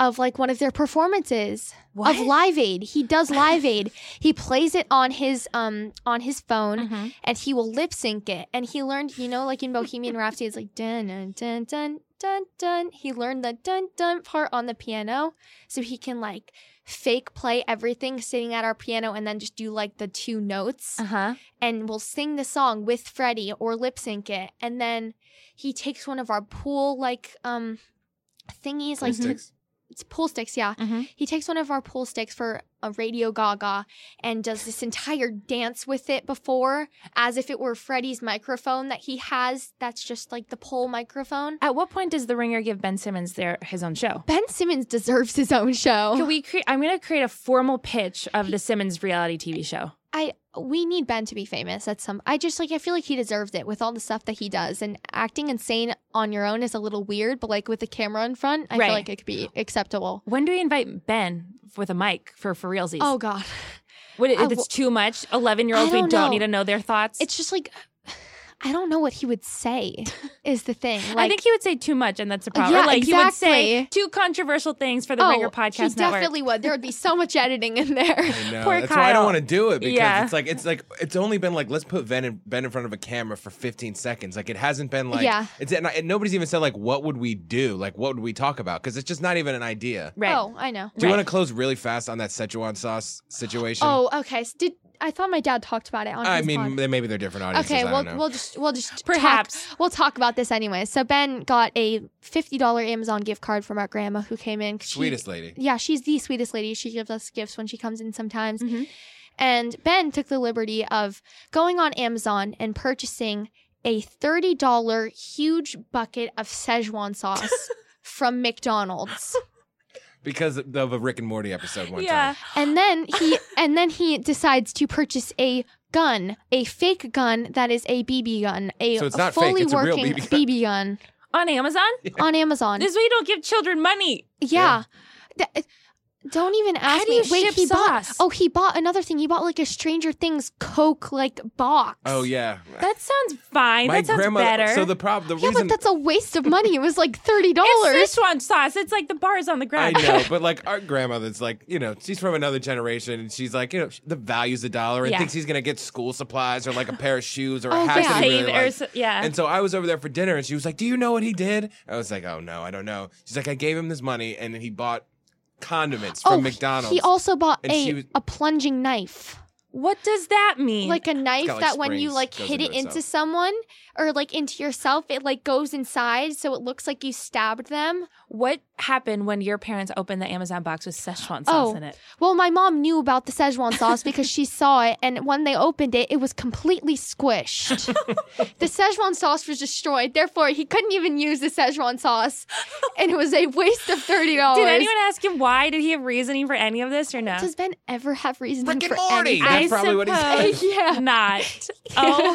of like one of their performances What? of Live Aid. [laughs] He does Live Aid. he plays it on his um on his phone Mhm. and he will lip sync it. And he learned, you know, like in Bohemian Rhapsody, it's like dun dun dun dun dun dun. He learned the dun dun part on the piano, so he can like fake play everything sitting at our piano and then just do like the two notes Uh-huh. and we'll sing the song with Freddie or lip sync it. And then he takes one of our pool like um thingies, like Sticks. it's pool sticks, yeah. Mhm. He takes one of our pool sticks for a Radio Gaga and does this entire dance with it before, as if it were Freddie's microphone that he has. That's just like the pole microphone. At what point does the ringer give Ben Simmons their his own show? Ben Simmons deserves his own Can show. we create I'm gonna create a formal pitch of the Simmons reality TV show. I we need Ben to be famous. That's some. I just like I feel like he deserves it with all the stuff that he does. And acting insane on your own is a little weird, but like with the camera in front, I Right. feel like it could be acceptable. When do we invite Ben with a mic for for realsies? Oh God, Would it, I if it's too much, eleven year I olds we don't don't know. need to know their thoughts. it's just like I don't know what he [laughs] would say. Is the thing? Like, I think he would say too much, and that's a problem. yeah, like he would say exactly. Oh, two controversial things for the Ringer podcast He network. definitely would. There would be so much editing [laughs] in there. I know. Poor That's why I Kyle. don't want to do it because Yeah. it's like it's like it's only been like let's put Ben in, Ben in front of a camera for 15 seconds. Like it hasn't been like Yeah. It's and, I- and nobody's even said like what would we do? Like what would we talk about? Because it's just not even an idea. Right. Oh, I know. Do you Right. want to close really fast on that Szechuan sauce situation? Oh, okay. So did I thought my dad talked about it on I his mean, pod. then maybe they're different audiences. Okay, I we'll don't know. we'll just we'll just Perhaps. talk, we'll talk about this anyway. So Ben got a fifty dollar Amazon gift card from our grandma who came in. 'cause she- Sweetest lady. yeah, she's the sweetest lady. She gives us gifts when she comes in sometimes. Mhm. And Ben took the liberty of going on Amazon and purchasing a $30 huge bucket of Szechuan sauce from McDonald's. Because of a Rick and Morty episode one yeah. time. And then he and then he decides to purchase a gun, a fake gun that is a BB gun, a So it's not fake, fully it's a real working BB gun. BB gun [laughs] On Amazon, on Amazon. this way you don't give children money. Yeah. Th- uh, don't even ask do me. you Wait, ship he sauce? bought. Oh, he bought another thing. He bought like a Stranger Things Coke like box. Oh yeah. That sounds fine. My that sounds grandma. better. So the problem, the Yeah, reason but that's a waste of money. It [laughs] was like thirty dollars. it's Szechuan sauce. It's like the bars on the I ground. [laughs] [laughs] know, but like our grandmother's like, you know, she's from another generation and she's like, you know, the values a dollar and Yeah. thinks he's going to get school supplies or like a pair of shoes or a Oh, yeah. hat that he really Save or likes. so- yeah. And so I was over there for dinner and she was like, "Do you know what he did?" I was like, "Oh no, I don't know." She's like, "I gave him this money and then he bought condiments from oh, McDonald's." He also bought And she a was- a plunging knife, what does that mean? like a knife got, like, that when you springs, like goes hit into it into itself. someone or like into yourself, it like goes inside, so it looks like you stabbed them. what happen when your parents opened the Amazon box with Szechuan sauce Oh. in it? Well, my mom knew about the Szechuan sauce because she saw it, and when they opened it, it was completely [laughs] squished. the Szechuan sauce was destroyed. Therefore, he couldn't even use the Szechuan sauce, and it was a waste of thirty dollars. Did anyone ask him why? Did he have reasoning for any of this or no? Does Ben ever have reason Rick for and Morty. anything? That's I probably what he suppose said. [laughs] Yeah. [laughs] Not.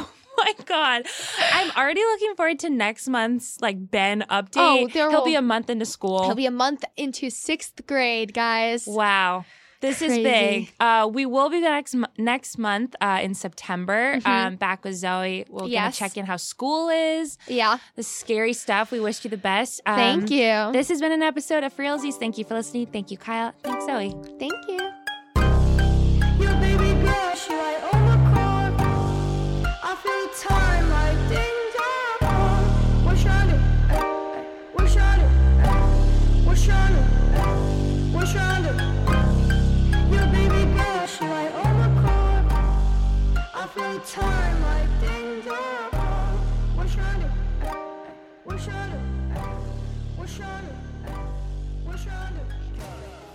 [laughs] Oh my god. I'm already looking forward to next month's like Ben update. Oh, there He'll will- be a month into school. He'll be a month into sixth grade, guys. Wow. This Crazy. is big. Uh, we will be back next, m- next month uh, in September. Um, back with Zoe. We're Mm-hmm. Yes. gonna check in how school is. Yeah. The scary stuff. We wish you the best. Um, Thank you. This has been an episode of Freelsies. Thank you for listening. Thank you, Kyle. Thanks, Zoe. Thank you. Your baby girl, she like Omicron. I feel the time like ding dong. Wish on it, eh, eh, wish on it, eh, wish on it, eh, wish on it. Your baby girl, she like Omicron. I feel the time like ding dong. Wish on it, eh, eh, wish on it, eh, wish on it, eh, wish on it.